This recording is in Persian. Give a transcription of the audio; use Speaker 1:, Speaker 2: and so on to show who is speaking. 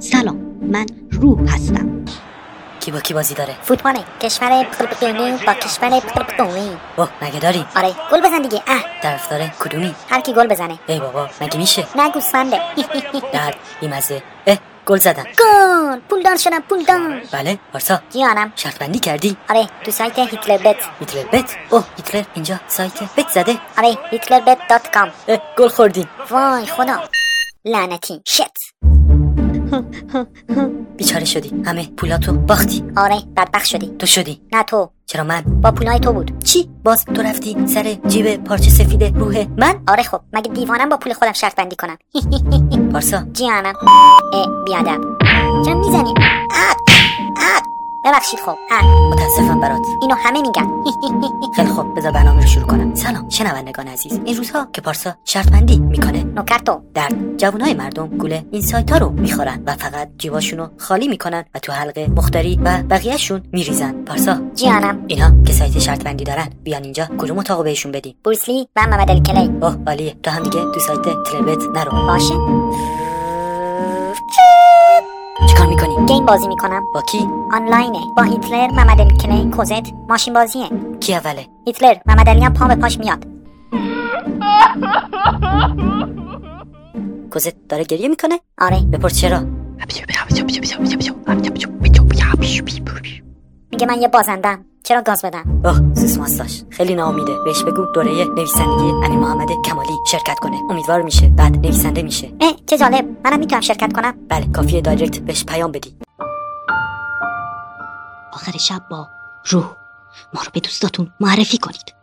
Speaker 1: سلام من روح هستم
Speaker 2: کی با کی بازی داره
Speaker 3: فوتبال کشور پرپتونی با کشور پرپتونی
Speaker 2: اوه مگه داری
Speaker 3: آره گل بزن دیگه اه
Speaker 2: طرفدار کدومی
Speaker 3: هر کی گل بزنه
Speaker 2: ای بابا مگه میشه
Speaker 3: نه گوسفنده
Speaker 2: درد بیمزه اه گل زدن
Speaker 3: گل پولدار شدم پولدار
Speaker 2: بله پارسا
Speaker 3: جیانم
Speaker 2: شرط بله. بندی کردی
Speaker 3: آره تو سایت هیتلر بت
Speaker 2: هیتلر بت اوه هیتلر اینجا سایت بت زده
Speaker 3: آره هیتلر بت دات کام
Speaker 2: اه گل خوردیم
Speaker 3: وای خدا لعنتی شت
Speaker 2: بیچاره شدی همه پولاتو باختی
Speaker 3: آره بدبخت شدی
Speaker 2: تو شدی
Speaker 3: نه تو
Speaker 2: چرا من
Speaker 3: با پولای تو بود
Speaker 2: چی باز تو رفتی سر جیب پارچه سفید روح من
Speaker 3: آره خب مگه دیوانم با پول خودم شرط بندی کنم
Speaker 2: پارسا
Speaker 3: جیانم اه بیادب چرا میزنی اه اه ببخشید خب اه
Speaker 2: متاسفم برات
Speaker 3: اینو همه میگن
Speaker 2: خیلی خوب بذار برنامه رو شروع کنم سلام شنوندگان عزیز این روزها که پارسا شرط بندی میکنه
Speaker 3: نوکر تو
Speaker 2: درد جوانای مردم گوله این سایت ها رو میخورن و فقط جیباشونو خالی میکنن و تو حلقه مختاری و بقیهشون میریزن پارسا
Speaker 3: جیانم
Speaker 2: اینا که سایت شرط بندی دارن بیان اینجا کدوم اتاقو بهشون بدیم
Speaker 3: بورسلی و محمد الکلی
Speaker 2: اوه عالیه تو هم دیگه تو سایت تلبت نرو
Speaker 3: باشه
Speaker 2: چیکار میکنی
Speaker 3: گیم بازی میکنم
Speaker 2: با کی
Speaker 3: آنلاینه با هیتلر محمد الکلی کوزت ماشین بازیه
Speaker 2: کی اوله
Speaker 3: هیتلر محمد علی هم پا به پاش میاد
Speaker 2: کوزت داره گریه میکنه
Speaker 3: آره
Speaker 2: بپرس چرا
Speaker 3: میگه من یه بازندم چرا گاز بدم
Speaker 2: اوه سوسماس داشت Oh, خیلی ناامیده بهش بگو دوره نویسندگی امیر محمد کمالی شرکت کنه امیدوار میشه بعد نویسنده میشه
Speaker 3: اه چه جالب منم میتونم شرکت کنم
Speaker 2: بله کافیه دایرکت بهش پیام بدی
Speaker 1: آخر شب با روح ما رو به دوستاتون معرفی کنید